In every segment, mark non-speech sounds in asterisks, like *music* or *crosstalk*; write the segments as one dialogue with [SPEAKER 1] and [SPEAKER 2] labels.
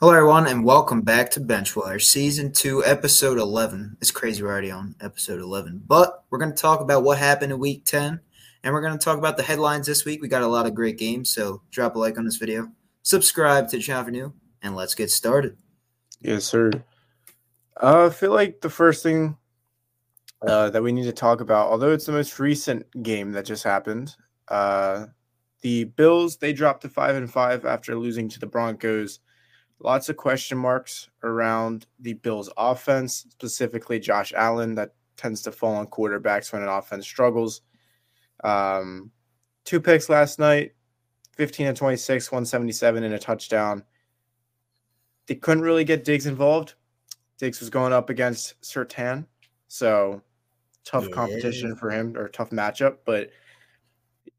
[SPEAKER 1] Hello, everyone, and welcome back to Benchwire, Season 2, Episode 11. It's crazy we're already on Episode 11, but we're going to talk about what happened in Week 10, and we're going to talk about the headlines this week. We got a lot of great games, so drop a like on this video, subscribe to the channel for new, and let's get started.
[SPEAKER 2] Yes, sir. Uh, I feel like the first thing uh, that we need to talk about, although it's the most recent game that just happened, uh, the Bills they dropped to five and five after losing to the Broncos. Lots of question marks around the Bills' offense, specifically Josh Allen. That tends to fall on quarterbacks when an offense struggles. Um, two picks last night, fifteen and twenty-six, one seventy-seven, and a touchdown. They couldn't really get Diggs involved. Diggs was going up against Sertan, so tough
[SPEAKER 1] Yeah.
[SPEAKER 2] competition for him or tough matchup. But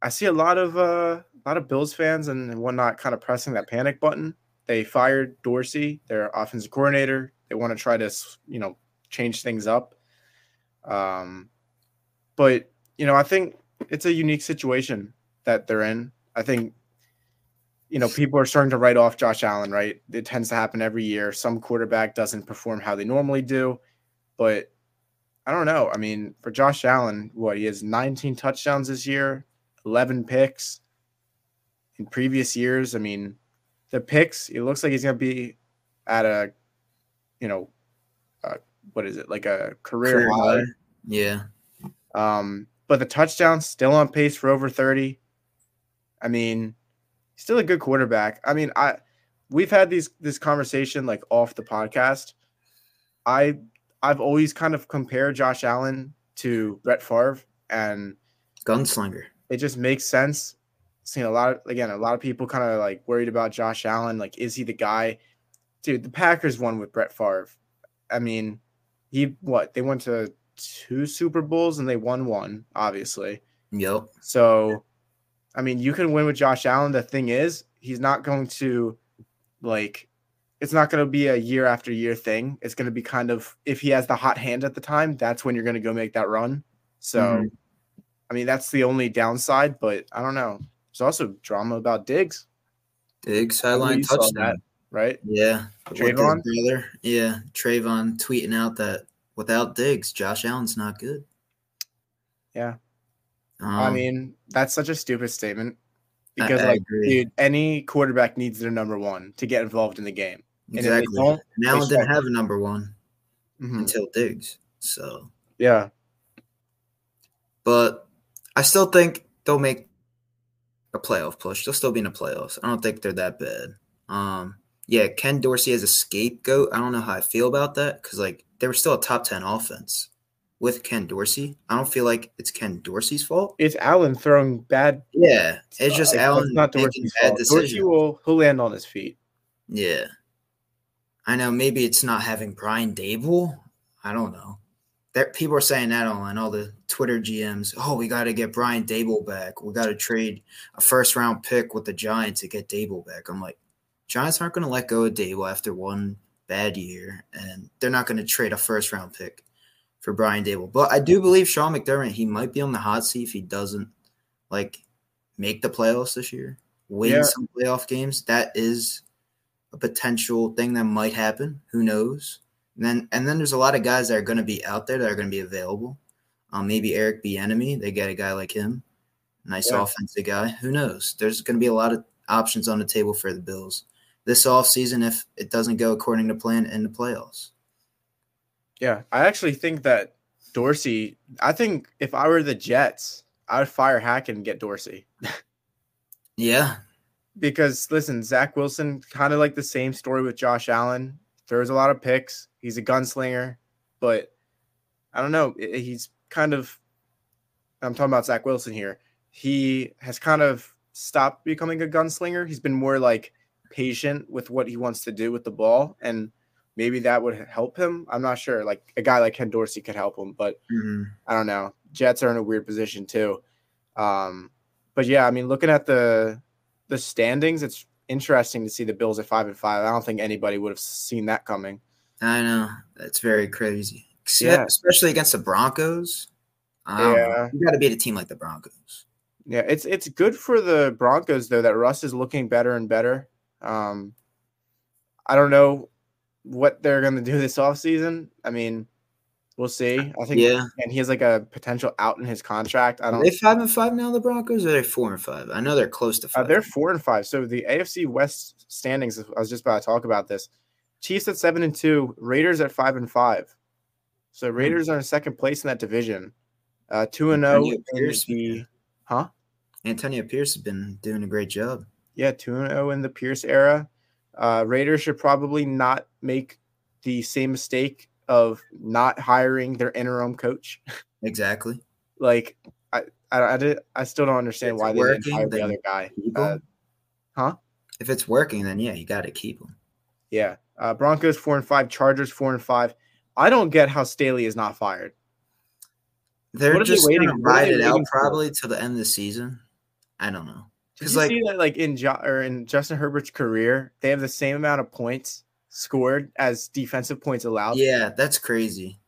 [SPEAKER 2] I see a lot of uh, a lot of Bills fans and whatnot kind of pressing that panic button. They fired Dorsey, their offensive coordinator. They want to try to s- you know change things up. Um, but you know, I think it's a unique situation that they're in. I think you know people are starting to write off Josh Allen. Right, it tends to happen every year. Some quarterback doesn't perform how they normally do, but I don't know. I mean, for Josh Allen, what he has 19 touchdowns this year, 11 picks in previous years. I mean, the picks, it looks like he's going to be at a, you know, uh, what is it, like a career,
[SPEAKER 1] Career
[SPEAKER 2] high.
[SPEAKER 1] high. Yeah.
[SPEAKER 2] Um, but the touchdown's still on pace for over 30. I mean, still a good quarterback. I mean, I we've had these this conversation like off the podcast. I I've always kind of compared Josh Allen to Brett Favre, and
[SPEAKER 1] Gunslinger.
[SPEAKER 2] it just makes sense. Seeing a lot of again, a lot of people kind of like worried about Josh Allen. Like, is he the guy? Dude, the Packers won with Brett Favre. I mean, he what? They went to two Super Bowls and they won one, obviously.
[SPEAKER 1] Yep.
[SPEAKER 2] So, I mean, you can win with Josh Allen. The thing is, he's not going to like. It's not going to be a year after year thing. It's going to be kind of if he has the hot hand at the time, that's when you're going to go make that run. So,
[SPEAKER 1] Mhm.
[SPEAKER 2] I mean, that's the only downside. But I don't know. There's also drama about Diggs,
[SPEAKER 1] Diggs,
[SPEAKER 2] know
[SPEAKER 1] sideline
[SPEAKER 2] you saw
[SPEAKER 1] touchdown.
[SPEAKER 2] that. right?
[SPEAKER 1] Yeah. With his
[SPEAKER 2] Trayvon?
[SPEAKER 1] brother. Yeah. Trayvon tweeting out that without Diggs, Josh Allen's not good.
[SPEAKER 2] Yeah.
[SPEAKER 1] Um,
[SPEAKER 2] I mean, that's such a stupid statement
[SPEAKER 1] I-
[SPEAKER 2] because
[SPEAKER 1] I
[SPEAKER 2] like,
[SPEAKER 1] agree.
[SPEAKER 2] dude, any quarterback needs their number one to get involved in the game. And if they
[SPEAKER 1] Exactly.
[SPEAKER 2] don't,
[SPEAKER 1] And Allen
[SPEAKER 2] they
[SPEAKER 1] didn't have a number one
[SPEAKER 2] Mhm.
[SPEAKER 1] until Diggs. So,
[SPEAKER 2] Yeah,
[SPEAKER 1] but I still think they'll make a playoff push. They'll still be in the playoffs. I don't think they're that bad. Um, yeah, Ken Dorsey as a scapegoat. I don't know how I feel about that because like they were still a top ten offense with Ken Dorsey. I don't feel like it's Ken Dorsey's fault.
[SPEAKER 2] it's Allen throwing bad
[SPEAKER 1] Yeah, it's just
[SPEAKER 2] Like, that's
[SPEAKER 1] Allen
[SPEAKER 2] uh, not
[SPEAKER 1] making
[SPEAKER 2] Dorsey's
[SPEAKER 1] bad
[SPEAKER 2] fault. Dorsey
[SPEAKER 1] decisions.
[SPEAKER 2] will he'll land on his feet.
[SPEAKER 1] Yeah, I know. Maybe it's not having Brian Dable. I don't know. That people are saying that online. All the Twitter GMs. Oh, we got to get Brian Dable back. We got to trade a first round pick with the Giants to get Dable back. I'm like, Giants aren't going to let go of Dable after one bad year, and they're not going to trade a first round pick for Brian Dable. But I do believe Sean McDermott. He might be on the hot seat if he doesn't like make the playoffs this year, win
[SPEAKER 2] Yeah.
[SPEAKER 1] some playoff games. That is a potential thing that might happen. Who knows? And then and then there's a lot of guys that are going to be out there that are going to be available. Um, maybe Eric Bieniemy. They get a guy like him, nice
[SPEAKER 2] Yeah.
[SPEAKER 1] offensive guy. Who knows? There's going to be a lot of options on the table for the Bills this offseason if it doesn't go according to plan in the playoffs.
[SPEAKER 2] Yeah, I actually think that Dorsey. I think if I were the Jets, I would fire Hack and get Dorsey
[SPEAKER 1] Yeah,
[SPEAKER 2] because listen, Zach Wilson kind of like the same story with Josh Allen. Throws a lot of picks. He's a gunslinger, but I don't know. i- He's kind of. I'm talking about Zach Wilson here. He has kind of stopped becoming a gunslinger. He's been more like patient with what he wants to do with the ball, and maybe that would help him. I'm not sure. Like a guy like Ken Dorsey could help him, but
[SPEAKER 1] Mhm.
[SPEAKER 2] I don't know. Jets are in a weird position too. Um, but yeah, I mean, looking at the the standings, it's interesting to see the Bills at five and five. I don't think anybody would have seen that coming.
[SPEAKER 1] I know that's very crazy.
[SPEAKER 2] Yeah.
[SPEAKER 1] Yeah. especially against the Broncos. I don't know.
[SPEAKER 2] Yeah.
[SPEAKER 1] you got to beat a team like the Broncos.
[SPEAKER 2] Yeah, it's it's good for the Broncos though that Russ is looking better and better. Um, I don't know what they're going to do this offseason. I mean, we'll see. I think,
[SPEAKER 1] Yeah.
[SPEAKER 2] and he has like a potential out in his contract. I
[SPEAKER 1] Are
[SPEAKER 2] don't.
[SPEAKER 1] they five and five now, the Broncos, or are they four and five? I know they're close to
[SPEAKER 2] Uh,
[SPEAKER 1] five.
[SPEAKER 2] they're four and five. So the AFC West standings. I was just about to talk about this. Chiefs at seven and two. Raiders at five and five. So
[SPEAKER 1] Hmm.
[SPEAKER 2] Raiders are in second place in that division. Uh, two and zero.
[SPEAKER 1] Antonio
[SPEAKER 2] in
[SPEAKER 1] Pierce,
[SPEAKER 2] the-
[SPEAKER 1] man.
[SPEAKER 2] Huh?
[SPEAKER 1] Antonio Pierce has been doing a great job.
[SPEAKER 2] Yeah, two and zero in the Pierce era. Uh, Raiders should probably not make the same mistake of not hiring their interim coach. *laughs*
[SPEAKER 1] Exactly.
[SPEAKER 2] Like I, I, I did. I still don't understand
[SPEAKER 1] It's
[SPEAKER 2] why they didn't
[SPEAKER 1] working,
[SPEAKER 2] hire the
[SPEAKER 1] then
[SPEAKER 2] other guy.
[SPEAKER 1] Keep
[SPEAKER 2] Uh,
[SPEAKER 1] 'em.
[SPEAKER 2] huh?
[SPEAKER 1] If it's working, then yeah, you got to keep him.
[SPEAKER 2] Yeah. Uh, Broncos four and five, Chargers four and five. I don't get how Staley is not fired.
[SPEAKER 1] They're
[SPEAKER 2] What are they
[SPEAKER 1] just going to
[SPEAKER 2] waiting- what are
[SPEAKER 1] ride
[SPEAKER 2] they
[SPEAKER 1] it out
[SPEAKER 2] waiting for?
[SPEAKER 1] probably till the end of the season. I don't know.
[SPEAKER 2] Did
[SPEAKER 1] 'Cause,
[SPEAKER 2] you
[SPEAKER 1] like-
[SPEAKER 2] see that like in jo- or in Justin Herbert's career, they have the same amount of points scored as defensive points allowed.
[SPEAKER 1] Yeah, that's crazy.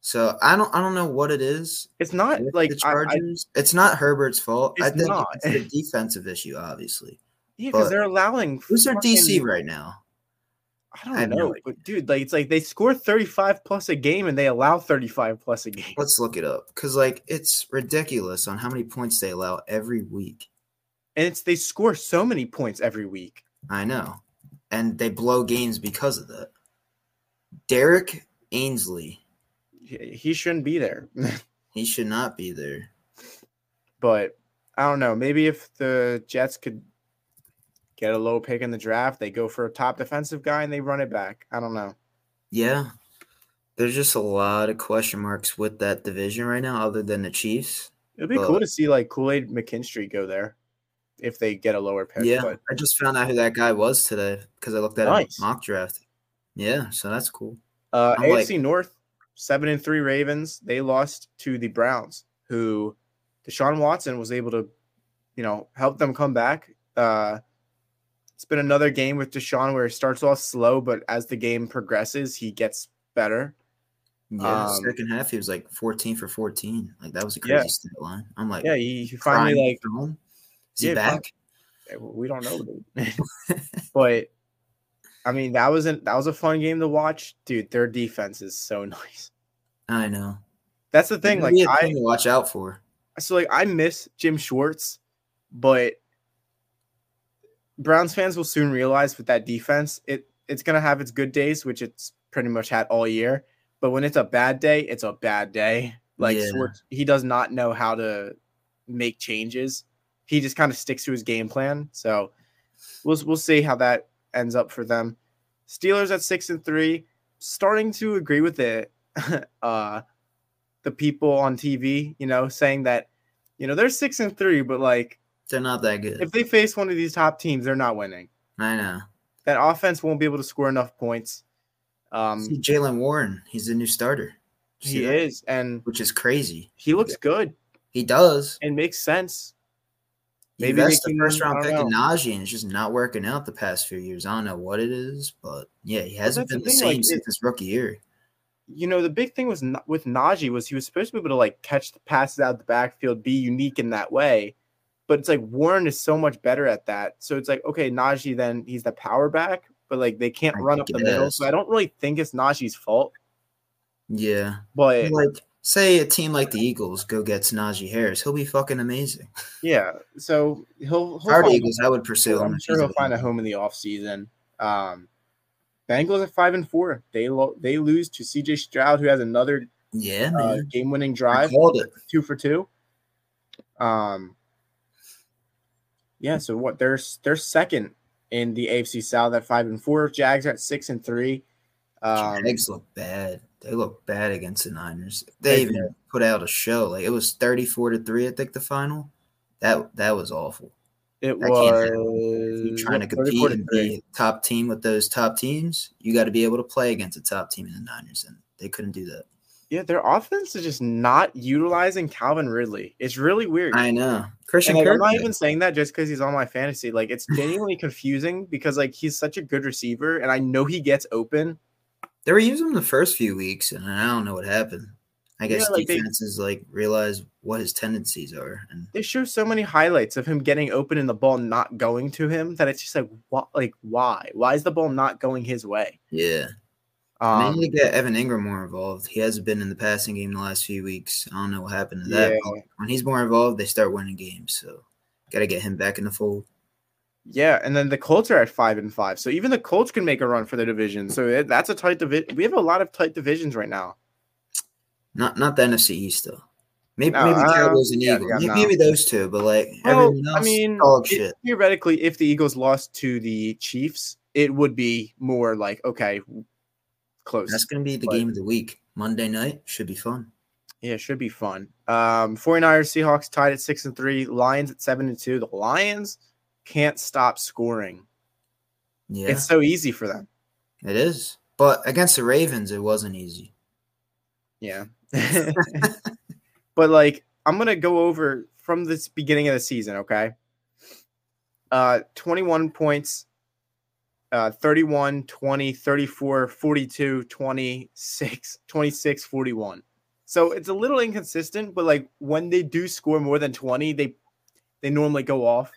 [SPEAKER 1] So I don't I don't know what it is.
[SPEAKER 2] It's not
[SPEAKER 1] with
[SPEAKER 2] like
[SPEAKER 1] the
[SPEAKER 2] I- I-
[SPEAKER 1] Chargers. it's not Herbert's fault. I
[SPEAKER 2] It's
[SPEAKER 1] think
[SPEAKER 2] not.
[SPEAKER 1] it's the defensive issue, obviously.
[SPEAKER 2] yeah, because
[SPEAKER 1] but-
[SPEAKER 2] they're allowing
[SPEAKER 1] Who's their
[SPEAKER 2] fucking-
[SPEAKER 1] DC right now?
[SPEAKER 2] I don't
[SPEAKER 1] I have no
[SPEAKER 2] know,
[SPEAKER 1] idea.
[SPEAKER 2] but dude, like it's like they score 35 plus a game and they allow 35 plus a game.
[SPEAKER 1] Let's look it up because like it's ridiculous on how many points they allow every week.
[SPEAKER 2] And it's they score so many points every week.
[SPEAKER 1] I know, and they blow games because of that. Derek Ainsley,
[SPEAKER 2] He he shouldn't be there.
[SPEAKER 1] he should not be there.
[SPEAKER 2] but I don't know. Maybe if the Jets could get a low pick in the draft, they go for a top defensive guy and they run it back. I don't know.
[SPEAKER 1] Yeah, there's just a lot of question marks with that division right now, other than the Chiefs.
[SPEAKER 2] It'd be cool
[SPEAKER 1] But-
[SPEAKER 2] to see like Kool Aid McKinstry go there if they get a lower pick.
[SPEAKER 1] Yeah,
[SPEAKER 2] but
[SPEAKER 1] I just found out who that guy was today because I looked at him
[SPEAKER 2] Nice.
[SPEAKER 1] mock draft. Yeah, so that's cool.
[SPEAKER 2] uh,
[SPEAKER 1] I'm like-
[SPEAKER 2] AFC North seven and three Ravens. They lost to the Browns, who Deshaun Watson was able to, you know, help them come back. Uh, it's been another game with Deshaun where it starts off slow, but as the game progresses, he gets better.
[SPEAKER 1] Yeah,
[SPEAKER 2] Um,
[SPEAKER 1] second half he was like 14 for 14. Like that was a
[SPEAKER 2] Yeah.
[SPEAKER 1] crazy stat line. I'm like,
[SPEAKER 2] Yeah, he, he finally
[SPEAKER 1] crying
[SPEAKER 2] like
[SPEAKER 1] for him. Is he
[SPEAKER 2] yeah,
[SPEAKER 1] back?
[SPEAKER 2] Eh, well, we don't know dude. but i mean that was an, that was a fun game to watch dude their defense is so *laughs* nice
[SPEAKER 1] I know.
[SPEAKER 2] that's the thing like
[SPEAKER 1] Really a
[SPEAKER 2] i
[SPEAKER 1] thing to watch out for.
[SPEAKER 2] so like i miss jim schwartz but browns fans will soon realize with that defense it it's gonna have its good days which it's pretty much had all year but when it's a bad day it's a bad day like
[SPEAKER 1] Yeah.
[SPEAKER 2] Schwartz, he does not know how to make changes he just kind of sticks to his game plan so we'll we'll see how that ends up for them. Steelers at six and three, starting to agree with the *laughs* uh, the people on TV, you know, saying that you know they're six and three, but like
[SPEAKER 1] They're not that good.
[SPEAKER 2] if they face one of these top teams, they're not winning.
[SPEAKER 1] I know.
[SPEAKER 2] That offense won't be able to score enough points. Um,
[SPEAKER 1] See Jalen Warren, he's the new starter. You see
[SPEAKER 2] he
[SPEAKER 1] that?
[SPEAKER 2] is, and
[SPEAKER 1] Which is crazy.
[SPEAKER 2] he looks good
[SPEAKER 1] He does.
[SPEAKER 2] and makes sense.
[SPEAKER 1] Maybe
[SPEAKER 2] Maybe they
[SPEAKER 1] that's the
[SPEAKER 2] can-
[SPEAKER 1] first
[SPEAKER 2] I
[SPEAKER 1] round
[SPEAKER 2] don't
[SPEAKER 1] pick in Najee, and it's just not working out the past few years. I don't know what it is, but yeah, he hasn't
[SPEAKER 2] that's the
[SPEAKER 1] been the,
[SPEAKER 2] thing,
[SPEAKER 1] same
[SPEAKER 2] like, it-
[SPEAKER 1] since his rookie year.
[SPEAKER 2] you know, the big thing was n- with Najee was he was supposed to be able to like catch the passes out the backfield, be unique in that way. But it's like Warren is so much better at that. So it's like, okay, Najee, then he's the power back, but like they can't
[SPEAKER 1] I
[SPEAKER 2] run up the
[SPEAKER 1] guess.
[SPEAKER 2] middle. So I don't really think it's Najee's fault.
[SPEAKER 1] Yeah.
[SPEAKER 2] But
[SPEAKER 1] Like, say a team like the Eagles go gets Najee Harris, he'll be fucking amazing.
[SPEAKER 2] yeah, so he'll, he'll
[SPEAKER 1] If I were the
[SPEAKER 2] find-
[SPEAKER 1] Eagles, I would pursue him.
[SPEAKER 2] I'm
[SPEAKER 1] if
[SPEAKER 2] sure
[SPEAKER 1] he's
[SPEAKER 2] he'll find a
[SPEAKER 1] available.
[SPEAKER 2] home in the offseason. Um, Bengals at five and four. They lo- they lose to CJ Stroud, who has another
[SPEAKER 1] Yeah,
[SPEAKER 2] uh,
[SPEAKER 1] man.
[SPEAKER 2] game winning
[SPEAKER 1] I
[SPEAKER 2] drive.
[SPEAKER 1] called it.
[SPEAKER 2] two for two. Um, yeah. So what? They're they're second in the AFC South at five and four. Jags are at six and three. Um,
[SPEAKER 1] Jags look bad. They look bad against the Niners.
[SPEAKER 2] They
[SPEAKER 1] They even put out a show. Like it was thirty-four to three. I think the final. That that was awful.
[SPEAKER 2] it
[SPEAKER 1] that can't happen.
[SPEAKER 2] was
[SPEAKER 1] If you're trying to
[SPEAKER 2] yeah, 34
[SPEAKER 1] compete and be a top team with those top teams, you got to be able to play against a top team in the Niners, and they couldn't do that.
[SPEAKER 2] Yeah, their offense is just not utilizing Calvin Ridley. It's really weird.
[SPEAKER 1] I know Christian
[SPEAKER 2] And, like, I'm
[SPEAKER 1] Kirk.
[SPEAKER 2] not even saying that just because he's on my fantasy. Like it's genuinely confusing because like he's such a good receiver, and I know he gets open,
[SPEAKER 1] They were using him the first few weeks, and I don't know what happened. I guess
[SPEAKER 2] like they-
[SPEAKER 1] defenses like realize what his tendencies are, and
[SPEAKER 2] They show so many highlights of him getting open and the ball not going to him that it's just like, what? Like, why? Why is the ball not going his way?
[SPEAKER 1] yeah, And they
[SPEAKER 2] Um,
[SPEAKER 1] need to get Evan Ingram more involved. He hasn't been in the passing game the last few weeks. I don't know what happened to that.
[SPEAKER 2] yeah,
[SPEAKER 1] but When he's more involved, they start winning games. So got to get him back in the fold.
[SPEAKER 2] yeah. And then the Colts are at five and five, so even the Colts can make a run for the division. So it, that's a tight division. We have a lot of tight divisions right now.
[SPEAKER 1] Not not the NFC East though. Maybe
[SPEAKER 2] No,
[SPEAKER 1] maybe
[SPEAKER 2] uh,
[SPEAKER 1] Cowboys and
[SPEAKER 2] yeah,
[SPEAKER 1] Eagles.
[SPEAKER 2] yeah,
[SPEAKER 1] May-
[SPEAKER 2] no.
[SPEAKER 1] maybe, those two, but like
[SPEAKER 2] Well,
[SPEAKER 1] everyone
[SPEAKER 2] I
[SPEAKER 1] else,
[SPEAKER 2] mean,
[SPEAKER 1] dog
[SPEAKER 2] it-
[SPEAKER 1] shit.
[SPEAKER 2] theoretically, if the Eagles lost to the Chiefs, it would be more like okay, close.
[SPEAKER 1] That's gonna be the
[SPEAKER 2] but-
[SPEAKER 1] game of the week. Monday night should be fun.
[SPEAKER 2] yeah, it should be fun. Um, 49ers, Seahawks tied at six and three. Lions at seven and two. The Lions can't stop scoring.
[SPEAKER 1] Yeah,
[SPEAKER 2] It's so easy for them.
[SPEAKER 1] it is. But against the Ravens, it wasn't easy.
[SPEAKER 2] Yeah. but like I'm gonna go over from this beginning of the season, okay? Uh 21 points, uh 31, 20, 34, 42, 26, 26, 41. So it's a little inconsistent, but like when they do score more than 20, they they normally go off.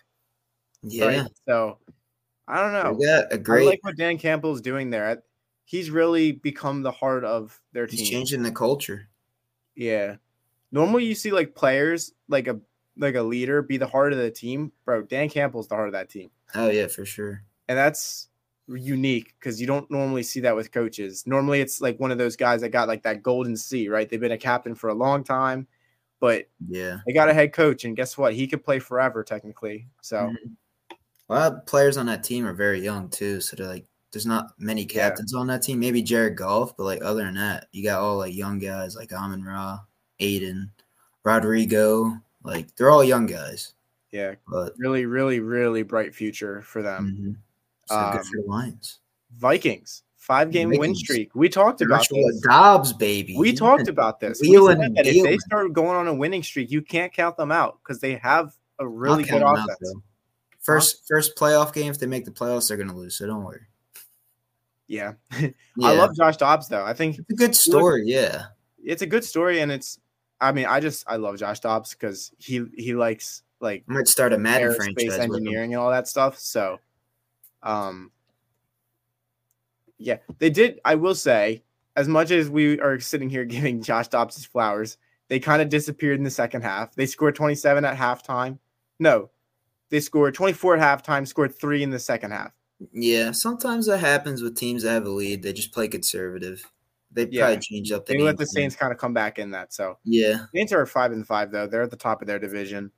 [SPEAKER 1] Yeah,
[SPEAKER 2] Right? So I don't know.
[SPEAKER 1] we got a
[SPEAKER 2] I
[SPEAKER 1] great.
[SPEAKER 2] like what Dan Campbell's doing there. I- He's really become the heart of their team.
[SPEAKER 1] he's changing the culture.
[SPEAKER 2] Yeah. Normally you see like players like a like a leader be the heart of the team. Bro, Dan Campbell's the heart of that team.
[SPEAKER 1] Oh yeah, for sure.
[SPEAKER 2] And that's unique because you don't normally see that with coaches. Normally it's like one of those guys that got like that golden C, right? They've been a captain for a long time, but
[SPEAKER 1] Yeah.
[SPEAKER 2] they got a head coach, and guess what? He could play forever technically. So
[SPEAKER 1] Mhm. A lot of players on that team are very young too, so they're like there's not many
[SPEAKER 2] Yeah.
[SPEAKER 1] captains on that team. Maybe Jared Goff, but like other than that, you got all like young guys like Amon Ra, Aiden, Rodrigo. Like they're all young guys,
[SPEAKER 2] yeah,
[SPEAKER 1] but
[SPEAKER 2] really, really, really bright future for them.
[SPEAKER 1] mhm. so
[SPEAKER 2] um,
[SPEAKER 1] good for the Lions.
[SPEAKER 2] Vikings, five game win
[SPEAKER 1] Vikings.
[SPEAKER 2] streak. We talked about
[SPEAKER 1] Joshua
[SPEAKER 2] this.
[SPEAKER 1] Dobbs, baby.
[SPEAKER 2] We
[SPEAKER 1] He's
[SPEAKER 2] talked
[SPEAKER 1] been *laughs*
[SPEAKER 2] about this. We
[SPEAKER 1] Wheel
[SPEAKER 2] said
[SPEAKER 1] and
[SPEAKER 2] that if they
[SPEAKER 1] dealing.
[SPEAKER 2] start going on a winning streak, you can't count them out because they have a really
[SPEAKER 1] knocking
[SPEAKER 2] good
[SPEAKER 1] them out,
[SPEAKER 2] offense.
[SPEAKER 1] though. First, first playoff game. If they make the playoffs, they're gonna lose. So don't worry.
[SPEAKER 2] yeah.
[SPEAKER 1] Yeah.
[SPEAKER 2] I love Josh Dobbs though. I think
[SPEAKER 1] it's a good story. Yeah,
[SPEAKER 2] it's a good story, and it's. I mean, I just I love Josh Dobbs because he he likes like
[SPEAKER 1] I might start a Madden
[SPEAKER 2] aerospace
[SPEAKER 1] franchise. with him.
[SPEAKER 2] engineering and all that stuff. So, um, yeah, they did. I will say, as much as we are sitting here *laughs* giving Josh Dobbs his flowers, they kind of disappeared in the second half. They scored 27 at halftime. No, they scored 24 at halftime, scored three in the second half.
[SPEAKER 1] Yeah, sometimes that happens with teams that have a lead. They just play conservative. They
[SPEAKER 2] Yeah.
[SPEAKER 1] probably change up the
[SPEAKER 2] They
[SPEAKER 1] game
[SPEAKER 2] let the
[SPEAKER 1] plan.
[SPEAKER 2] Saints kind of come back in that. So,
[SPEAKER 1] Yeah,
[SPEAKER 2] Saints are five and five, though. They're at the top of their division.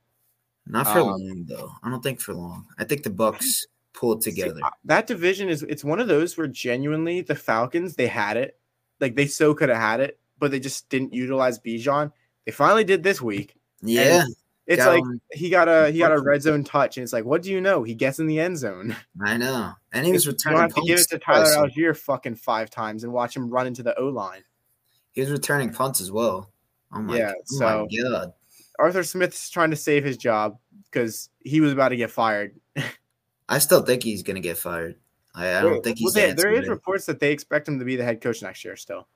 [SPEAKER 1] not for
[SPEAKER 2] Um,
[SPEAKER 1] long though. I don't think for long. I think the Bucks pull it
[SPEAKER 2] See,
[SPEAKER 1] together.
[SPEAKER 2] uh, that division is it's one of those where genuinely the Falcons they had it, like they so could have had it, but they just didn't utilize Bijan. They finally did this week.
[SPEAKER 1] yeah,
[SPEAKER 2] It's
[SPEAKER 1] got
[SPEAKER 2] like
[SPEAKER 1] him.
[SPEAKER 2] he got a he got a
[SPEAKER 1] Unfortunate.
[SPEAKER 2] red zone touch, and it's like, what do you know? He gets in the end zone.
[SPEAKER 1] I know. And he
[SPEAKER 2] *laughs* You
[SPEAKER 1] was
[SPEAKER 2] don't
[SPEAKER 1] returning
[SPEAKER 2] have to give
[SPEAKER 1] punts.
[SPEAKER 2] it to Tyler
[SPEAKER 1] twice.
[SPEAKER 2] Algier fucking five times and watch him run into the O line.
[SPEAKER 1] He was returning punts as well. Oh my,
[SPEAKER 2] Yeah,
[SPEAKER 1] oh my
[SPEAKER 2] so-
[SPEAKER 1] god.
[SPEAKER 2] Arthur Smith's trying to save his job because he was about to get fired.
[SPEAKER 1] I still think he's gonna get fired. I, I don't think he's
[SPEAKER 2] Well, they-
[SPEAKER 1] that
[SPEAKER 2] there is
[SPEAKER 1] good.
[SPEAKER 2] reports that they expect him to be the head coach next year still.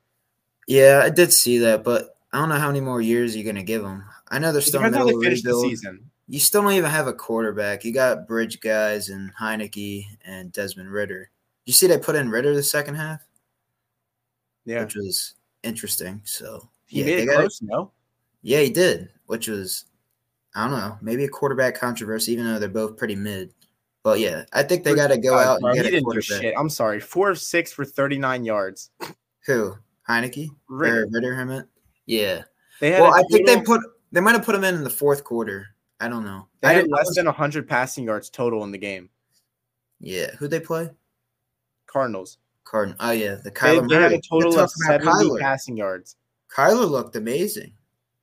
[SPEAKER 1] Yeah, I did see that, but I don't know how many more years you're gonna give him. I know they're
[SPEAKER 2] It
[SPEAKER 1] still
[SPEAKER 2] depends how
[SPEAKER 1] middle
[SPEAKER 2] they
[SPEAKER 1] of
[SPEAKER 2] finish the
[SPEAKER 1] rebuild.
[SPEAKER 2] season.
[SPEAKER 1] you still don't even have a quarterback. You got bridge guys and Heineke and Desmond Ritter. You see, they put in Ritter the second half,
[SPEAKER 2] Yeah.
[SPEAKER 1] which was interesting. So
[SPEAKER 2] He
[SPEAKER 1] yeah,
[SPEAKER 2] made
[SPEAKER 1] they
[SPEAKER 2] it
[SPEAKER 1] got-
[SPEAKER 2] close, no?
[SPEAKER 1] yeah, he did, which was I don't know, maybe a quarterback controversy, even though they're both pretty mid. But yeah, I think they got to go
[SPEAKER 2] God,
[SPEAKER 1] out
[SPEAKER 2] bro,
[SPEAKER 1] and
[SPEAKER 2] he
[SPEAKER 1] get a
[SPEAKER 2] didn't do
[SPEAKER 1] quarterback.
[SPEAKER 2] shit. I'm sorry. Four of six for 39 yards.
[SPEAKER 1] Who Heineke
[SPEAKER 2] Ritter.
[SPEAKER 1] Or Ritter Hermit? Yeah.
[SPEAKER 2] They had
[SPEAKER 1] Well,
[SPEAKER 2] a
[SPEAKER 1] I think they
[SPEAKER 2] total-
[SPEAKER 1] put they might have put him in in the fourth quarter. I don't know.
[SPEAKER 2] they
[SPEAKER 1] I
[SPEAKER 2] had
[SPEAKER 1] didn't-
[SPEAKER 2] less than 100 passing yards total in the game.
[SPEAKER 1] yeah, who they play?
[SPEAKER 2] Cardinals.
[SPEAKER 1] Cardin. Oh yeah, the
[SPEAKER 2] They,
[SPEAKER 1] Kyler.
[SPEAKER 2] they had
[SPEAKER 1] Murray.
[SPEAKER 2] a
[SPEAKER 1] They
[SPEAKER 2] total of
[SPEAKER 1] talked about
[SPEAKER 2] 70
[SPEAKER 1] Kyler.
[SPEAKER 2] passing yards.
[SPEAKER 1] Kyler looked amazing.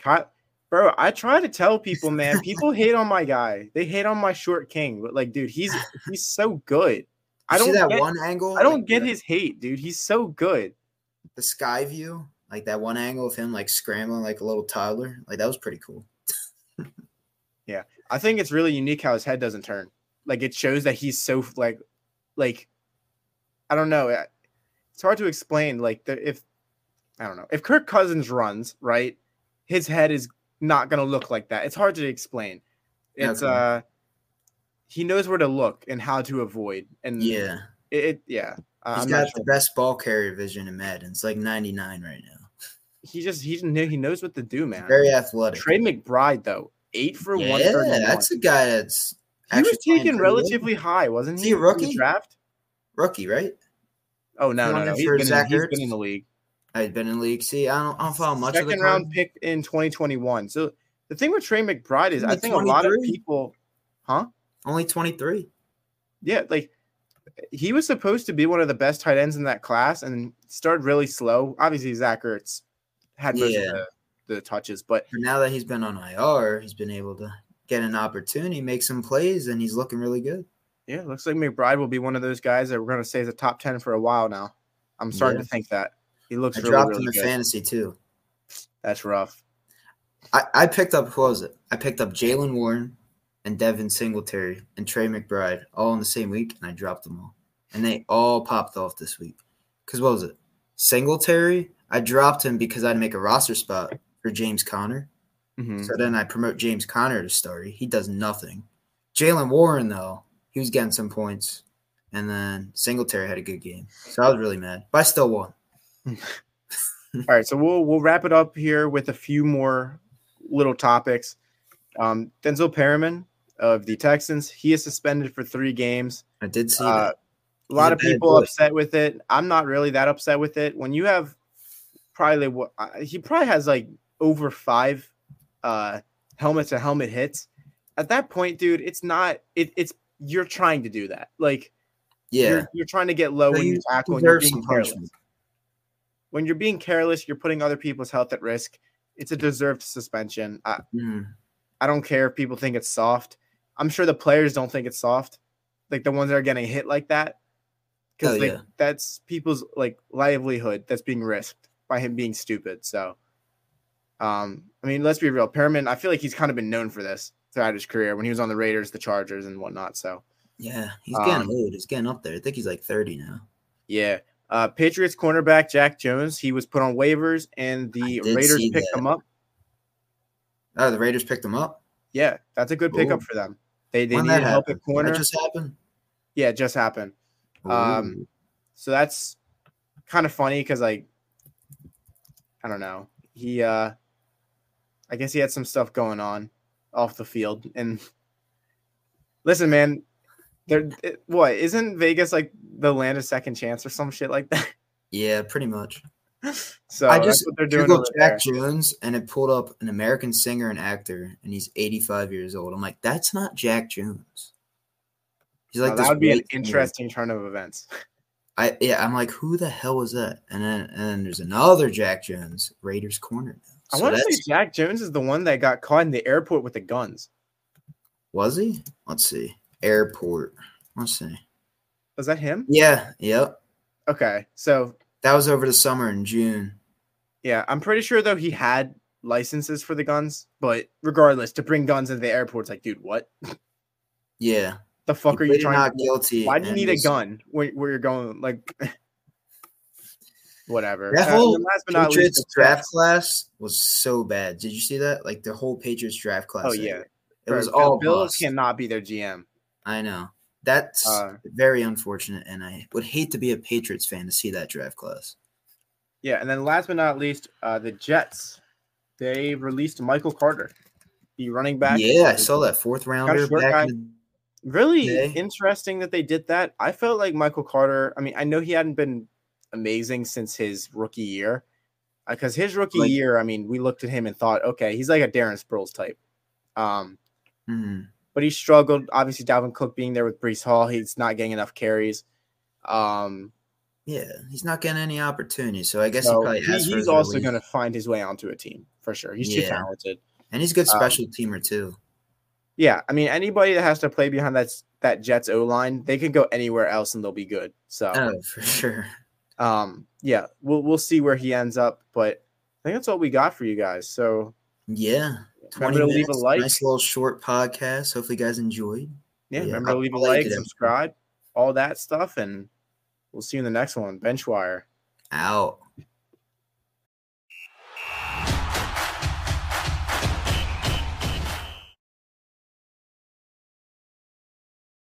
[SPEAKER 2] Ky- Bro, I try to tell people, man. People hate on my guy. They hate on my short king, but like, dude, he's he's so good. I
[SPEAKER 1] You
[SPEAKER 2] don't
[SPEAKER 1] see that
[SPEAKER 2] get,
[SPEAKER 1] one angle.
[SPEAKER 2] I don't
[SPEAKER 1] like,
[SPEAKER 2] get
[SPEAKER 1] the,
[SPEAKER 2] his hate, dude. He's so good.
[SPEAKER 1] the sky view, like that one angle of him like scrambling like a little toddler. Like that was pretty cool.
[SPEAKER 2] I think it's really unique how his head doesn't turn. Like it shows that he's so like, like, I don't know. I- It's hard to explain. Like the, if I don't know. If Kirk Cousins runs, right, his head is not going to look like that. It's hard to explain. It's
[SPEAKER 1] Okay.
[SPEAKER 2] uh he knows where to look and how to avoid and
[SPEAKER 1] Yeah.
[SPEAKER 2] it, it- yeah. Uh,
[SPEAKER 1] He's
[SPEAKER 2] Hmm. I'm
[SPEAKER 1] got
[SPEAKER 2] not
[SPEAKER 1] the
[SPEAKER 2] sure.
[SPEAKER 1] best ball carrier vision in Madden. It's like 99 right now.
[SPEAKER 2] He just he kn- he knows what to do, man.
[SPEAKER 1] Very athletic.
[SPEAKER 2] Trey McBride though, 8 for
[SPEAKER 1] yeah,
[SPEAKER 2] 131.
[SPEAKER 1] that's a guy that's
[SPEAKER 2] he
[SPEAKER 1] actually
[SPEAKER 2] was
[SPEAKER 1] playing
[SPEAKER 2] taken
[SPEAKER 1] pretty well.
[SPEAKER 2] relatively high, wasn't
[SPEAKER 1] Is
[SPEAKER 2] he?
[SPEAKER 1] he a
[SPEAKER 2] in the
[SPEAKER 1] rookie?
[SPEAKER 2] draft?
[SPEAKER 1] rookie, right?
[SPEAKER 2] Oh no,
[SPEAKER 1] The
[SPEAKER 2] no,
[SPEAKER 1] one
[SPEAKER 2] no.
[SPEAKER 1] that
[SPEAKER 2] He's
[SPEAKER 1] for
[SPEAKER 2] been, in,
[SPEAKER 1] Zach
[SPEAKER 2] he's
[SPEAKER 1] Ertz?
[SPEAKER 2] been in the league.
[SPEAKER 1] I've been in the league. See, I don't, I don't follow much
[SPEAKER 2] Second
[SPEAKER 1] of the
[SPEAKER 2] round
[SPEAKER 1] Cardinals.
[SPEAKER 2] pick in 2021. So the thing with Trey McBride is,
[SPEAKER 1] Isn't
[SPEAKER 2] I
[SPEAKER 1] he
[SPEAKER 2] think a lot of
[SPEAKER 1] 23?
[SPEAKER 2] people, huh?
[SPEAKER 1] Only 23.
[SPEAKER 2] Yeah, like he was supposed to be one of the best tight ends in that class and started really slow. Obviously, Zach Ertz had most
[SPEAKER 1] Yeah.
[SPEAKER 2] of the, the touches, but
[SPEAKER 1] But now that he's been on IR, he's been able to get an opportunity, make some plays, and he's looking really good.
[SPEAKER 2] yeah, it looks like McBride will be one of those guys that we're going to say is a top 10 for a while now. I'm starting
[SPEAKER 1] Yeah.
[SPEAKER 2] to think that. He looks
[SPEAKER 1] I
[SPEAKER 2] really,
[SPEAKER 1] dropped
[SPEAKER 2] really
[SPEAKER 1] him in
[SPEAKER 2] good.
[SPEAKER 1] fantasy too.
[SPEAKER 2] That's rough.
[SPEAKER 1] I, I picked up who was it? I picked up Jalen Warren and Devin Singletary and Trey McBride all in the same week, and I dropped them all. And they all popped off this week. Cause what was it? Singletary. I dropped him because I'd make a roster spot for James Conner.
[SPEAKER 2] Mhm.
[SPEAKER 1] So then I promote James Conner to starter. He does nothing. Jalen Warren, though, he was getting some points. And then Singletary had a good game. So I was really mad. But I still won.
[SPEAKER 2] All right, so we'll we'll wrap it up here with a few more little topics. Um, Denzel Perriman of the Texans, he is suspended for three games.
[SPEAKER 1] I did see
[SPEAKER 2] Uh,
[SPEAKER 1] that.
[SPEAKER 2] a
[SPEAKER 1] He's
[SPEAKER 2] lot
[SPEAKER 1] a
[SPEAKER 2] of
[SPEAKER 1] bad
[SPEAKER 2] people
[SPEAKER 1] boy.
[SPEAKER 2] upset with it. I'm not really that upset with it. When you have probably what I- he probably has like over five uh helmet to helmet hits. At that point, dude, it's not it, it's you're trying to do that. Like
[SPEAKER 1] Yeah.
[SPEAKER 2] you're, you're trying to get low
[SPEAKER 1] So
[SPEAKER 2] when you
[SPEAKER 1] you
[SPEAKER 2] tackle and you're
[SPEAKER 1] Deserve
[SPEAKER 2] being
[SPEAKER 1] some
[SPEAKER 2] careless.
[SPEAKER 1] punishment.
[SPEAKER 2] When you're being careless, you're putting other people's health at risk. It's a deserved suspension. I,
[SPEAKER 1] Mm.
[SPEAKER 2] I don't care if people think it's soft. I'm sure the players don't think it's soft, like the ones that are getting hit like that, because
[SPEAKER 1] Oh,
[SPEAKER 2] like
[SPEAKER 1] yeah.
[SPEAKER 2] that's people's like livelihood that's being risked by him being stupid. So, um, I mean, let's be real. Perriman, I feel like he's kind of been known for this throughout his career when he was on the Raiders, the Chargers, and whatnot. So,
[SPEAKER 1] Yeah. He's getting
[SPEAKER 2] Um,
[SPEAKER 1] old. He's getting up there. I think he's like 30 now.
[SPEAKER 2] yeah. Uh, Patriots cornerback Jack Jones, he was put on waivers, and the
[SPEAKER 1] I did
[SPEAKER 2] Raiders
[SPEAKER 1] see
[SPEAKER 2] picked
[SPEAKER 1] that.
[SPEAKER 2] him up.
[SPEAKER 1] Oh, the Raiders picked him up.
[SPEAKER 2] Yeah, that's a good
[SPEAKER 1] Ooh.
[SPEAKER 2] pickup for them. They they
[SPEAKER 1] When
[SPEAKER 2] needed
[SPEAKER 1] that
[SPEAKER 2] help at
[SPEAKER 1] happened.
[SPEAKER 2] corner.
[SPEAKER 1] That just happened.
[SPEAKER 2] yeah, it just happened. Um,
[SPEAKER 1] Ooh.
[SPEAKER 2] So that's kind of funny because like I don't know. He uh I guess he had some stuff going on off the field. And listen, man, there it- what isn't Vegas like the land of second chance or some shit like that? *laughs*
[SPEAKER 1] yeah, pretty much.
[SPEAKER 2] So
[SPEAKER 1] I
[SPEAKER 2] that's
[SPEAKER 1] just
[SPEAKER 2] what they're doing.
[SPEAKER 1] Google
[SPEAKER 2] Over there.
[SPEAKER 1] Jack Jones and it pulled up an American singer and actor, and he's 85 years old. I'm like, that's not Jack Jones. He's
[SPEAKER 2] Now,
[SPEAKER 1] like, this
[SPEAKER 2] Oh, that would be an
[SPEAKER 1] white dude.
[SPEAKER 2] interesting turn of events.
[SPEAKER 1] I yeah, I'm like, who the hell was that? And then and then there's another Jack Jones, Raiders corner. Now.
[SPEAKER 2] I
[SPEAKER 1] So
[SPEAKER 2] want to
[SPEAKER 1] that's-
[SPEAKER 2] say Jack Jones is the one that got caught in the airport with the guns.
[SPEAKER 1] was he? Let's see, airport. Let's see.
[SPEAKER 2] Was that him?
[SPEAKER 1] Yeah, yep.
[SPEAKER 2] Okay. So
[SPEAKER 1] That was over the summer in June.
[SPEAKER 2] Yeah, I'm pretty sure though he had licenses for the guns, but regardless, to bring guns into the airport's like, dude, what
[SPEAKER 1] Yeah,
[SPEAKER 2] the
[SPEAKER 1] He
[SPEAKER 2] fuck are you
[SPEAKER 1] pleaded
[SPEAKER 2] trying?
[SPEAKER 1] not
[SPEAKER 2] To,
[SPEAKER 1] guilty.
[SPEAKER 2] why do you
[SPEAKER 1] and
[SPEAKER 2] need a
[SPEAKER 1] was-
[SPEAKER 2] gun where, where you're going? Like, *laughs* whatever.
[SPEAKER 1] That
[SPEAKER 2] Uh, and
[SPEAKER 1] whole
[SPEAKER 2] then last but not least,
[SPEAKER 1] Patriots
[SPEAKER 2] the
[SPEAKER 1] draft
[SPEAKER 2] Jets.
[SPEAKER 1] class was so bad. Did you see that? Like the whole Patriots draft class.
[SPEAKER 2] Oh
[SPEAKER 1] that
[SPEAKER 2] yeah,
[SPEAKER 1] year. it was
[SPEAKER 2] Bro, Bill-
[SPEAKER 1] all
[SPEAKER 2] Bill
[SPEAKER 1] bust.
[SPEAKER 2] cannot be their GM.
[SPEAKER 1] I know that's
[SPEAKER 2] Uh,
[SPEAKER 1] very unfortunate, and I would hate to be a Patriots fan to see that draft class.
[SPEAKER 2] Yeah, and then last but not least, uh, the Jets. They released Michael Carter, the running back.
[SPEAKER 1] Yeah, I saw that fourth rounder
[SPEAKER 2] short
[SPEAKER 1] back
[SPEAKER 2] guy.
[SPEAKER 1] in the
[SPEAKER 2] Really
[SPEAKER 1] Day.
[SPEAKER 2] interesting that they did that. I felt like Michael Carter. I mean, I know he hadn't been amazing since his rookie year, because his rookie
[SPEAKER 1] Like-
[SPEAKER 2] year, I mean, we looked at him and thought, okay, he's like a Darren Sproles type. Um,
[SPEAKER 1] Mhm.
[SPEAKER 2] but he struggled. Obviously, Dalvin Cook being there with Brees Hall, he's not getting enough carries. Um,
[SPEAKER 1] Yeah, he's not getting any opportunities, so I guess
[SPEAKER 2] so
[SPEAKER 1] he probably
[SPEAKER 2] he-
[SPEAKER 1] has.
[SPEAKER 2] he's also going to find his way onto a team for sure. He's too
[SPEAKER 1] Yeah.
[SPEAKER 2] talented.
[SPEAKER 1] and he's a good
[SPEAKER 2] um,
[SPEAKER 1] special teamer too.
[SPEAKER 2] Yeah, I mean, anybody that has to play behind that s- that Jets O line, they can go anywhere else and they'll be good. So.
[SPEAKER 1] Oh, for sure.
[SPEAKER 2] um yeah we'll we'll see where he ends up but i think that's all we got for you guys so
[SPEAKER 1] Yeah,
[SPEAKER 2] remember
[SPEAKER 1] twenty
[SPEAKER 2] to
[SPEAKER 1] minutes.
[SPEAKER 2] leave a like
[SPEAKER 1] Nice little short podcast. Hopefully, you guys enjoyed.
[SPEAKER 2] yeah,
[SPEAKER 1] yeah,
[SPEAKER 2] remember to
[SPEAKER 1] I-
[SPEAKER 2] leave a
[SPEAKER 1] I liked
[SPEAKER 2] like
[SPEAKER 1] it.
[SPEAKER 2] subscribe all that stuff and we'll see you in the next one benchwire
[SPEAKER 1] Out.